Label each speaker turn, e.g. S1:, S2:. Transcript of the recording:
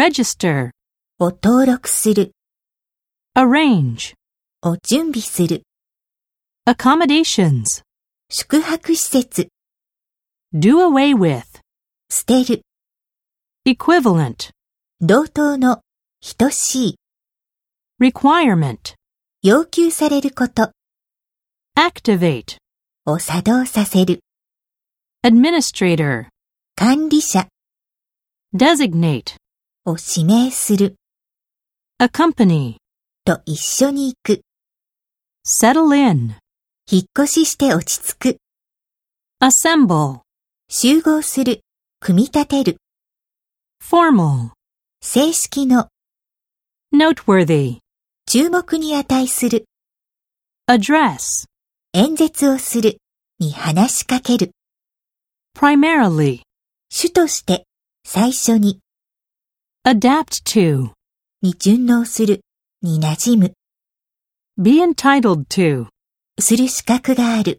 S1: register,
S2: を登録する、
S1: arrange,
S2: を準備する、
S1: accommodations,
S2: 宿泊施設、
S1: do away with,
S2: 捨てる、
S1: equivalent,
S2: 同等の、等しい、
S1: requirement,
S2: 要求されること、
S1: activate,
S2: を作動させる、
S1: administrator,
S2: 管理者、
S1: designate,
S2: を指名する、
S1: accompany,
S2: と一緒に行く、
S1: settle in,
S2: 引っ越しして落ち着く、
S1: assemble,
S2: 集合する、組み立てる、
S1: formal,
S2: 正式の、
S1: noteworthy,
S2: 注目に値する、
S1: address,
S2: 演説をする、に話しかける、
S1: primarily,
S2: 主として、最初に、
S1: adapt to,
S2: に順応する、に馴染む、
S1: be entitled to.
S2: する資格がある。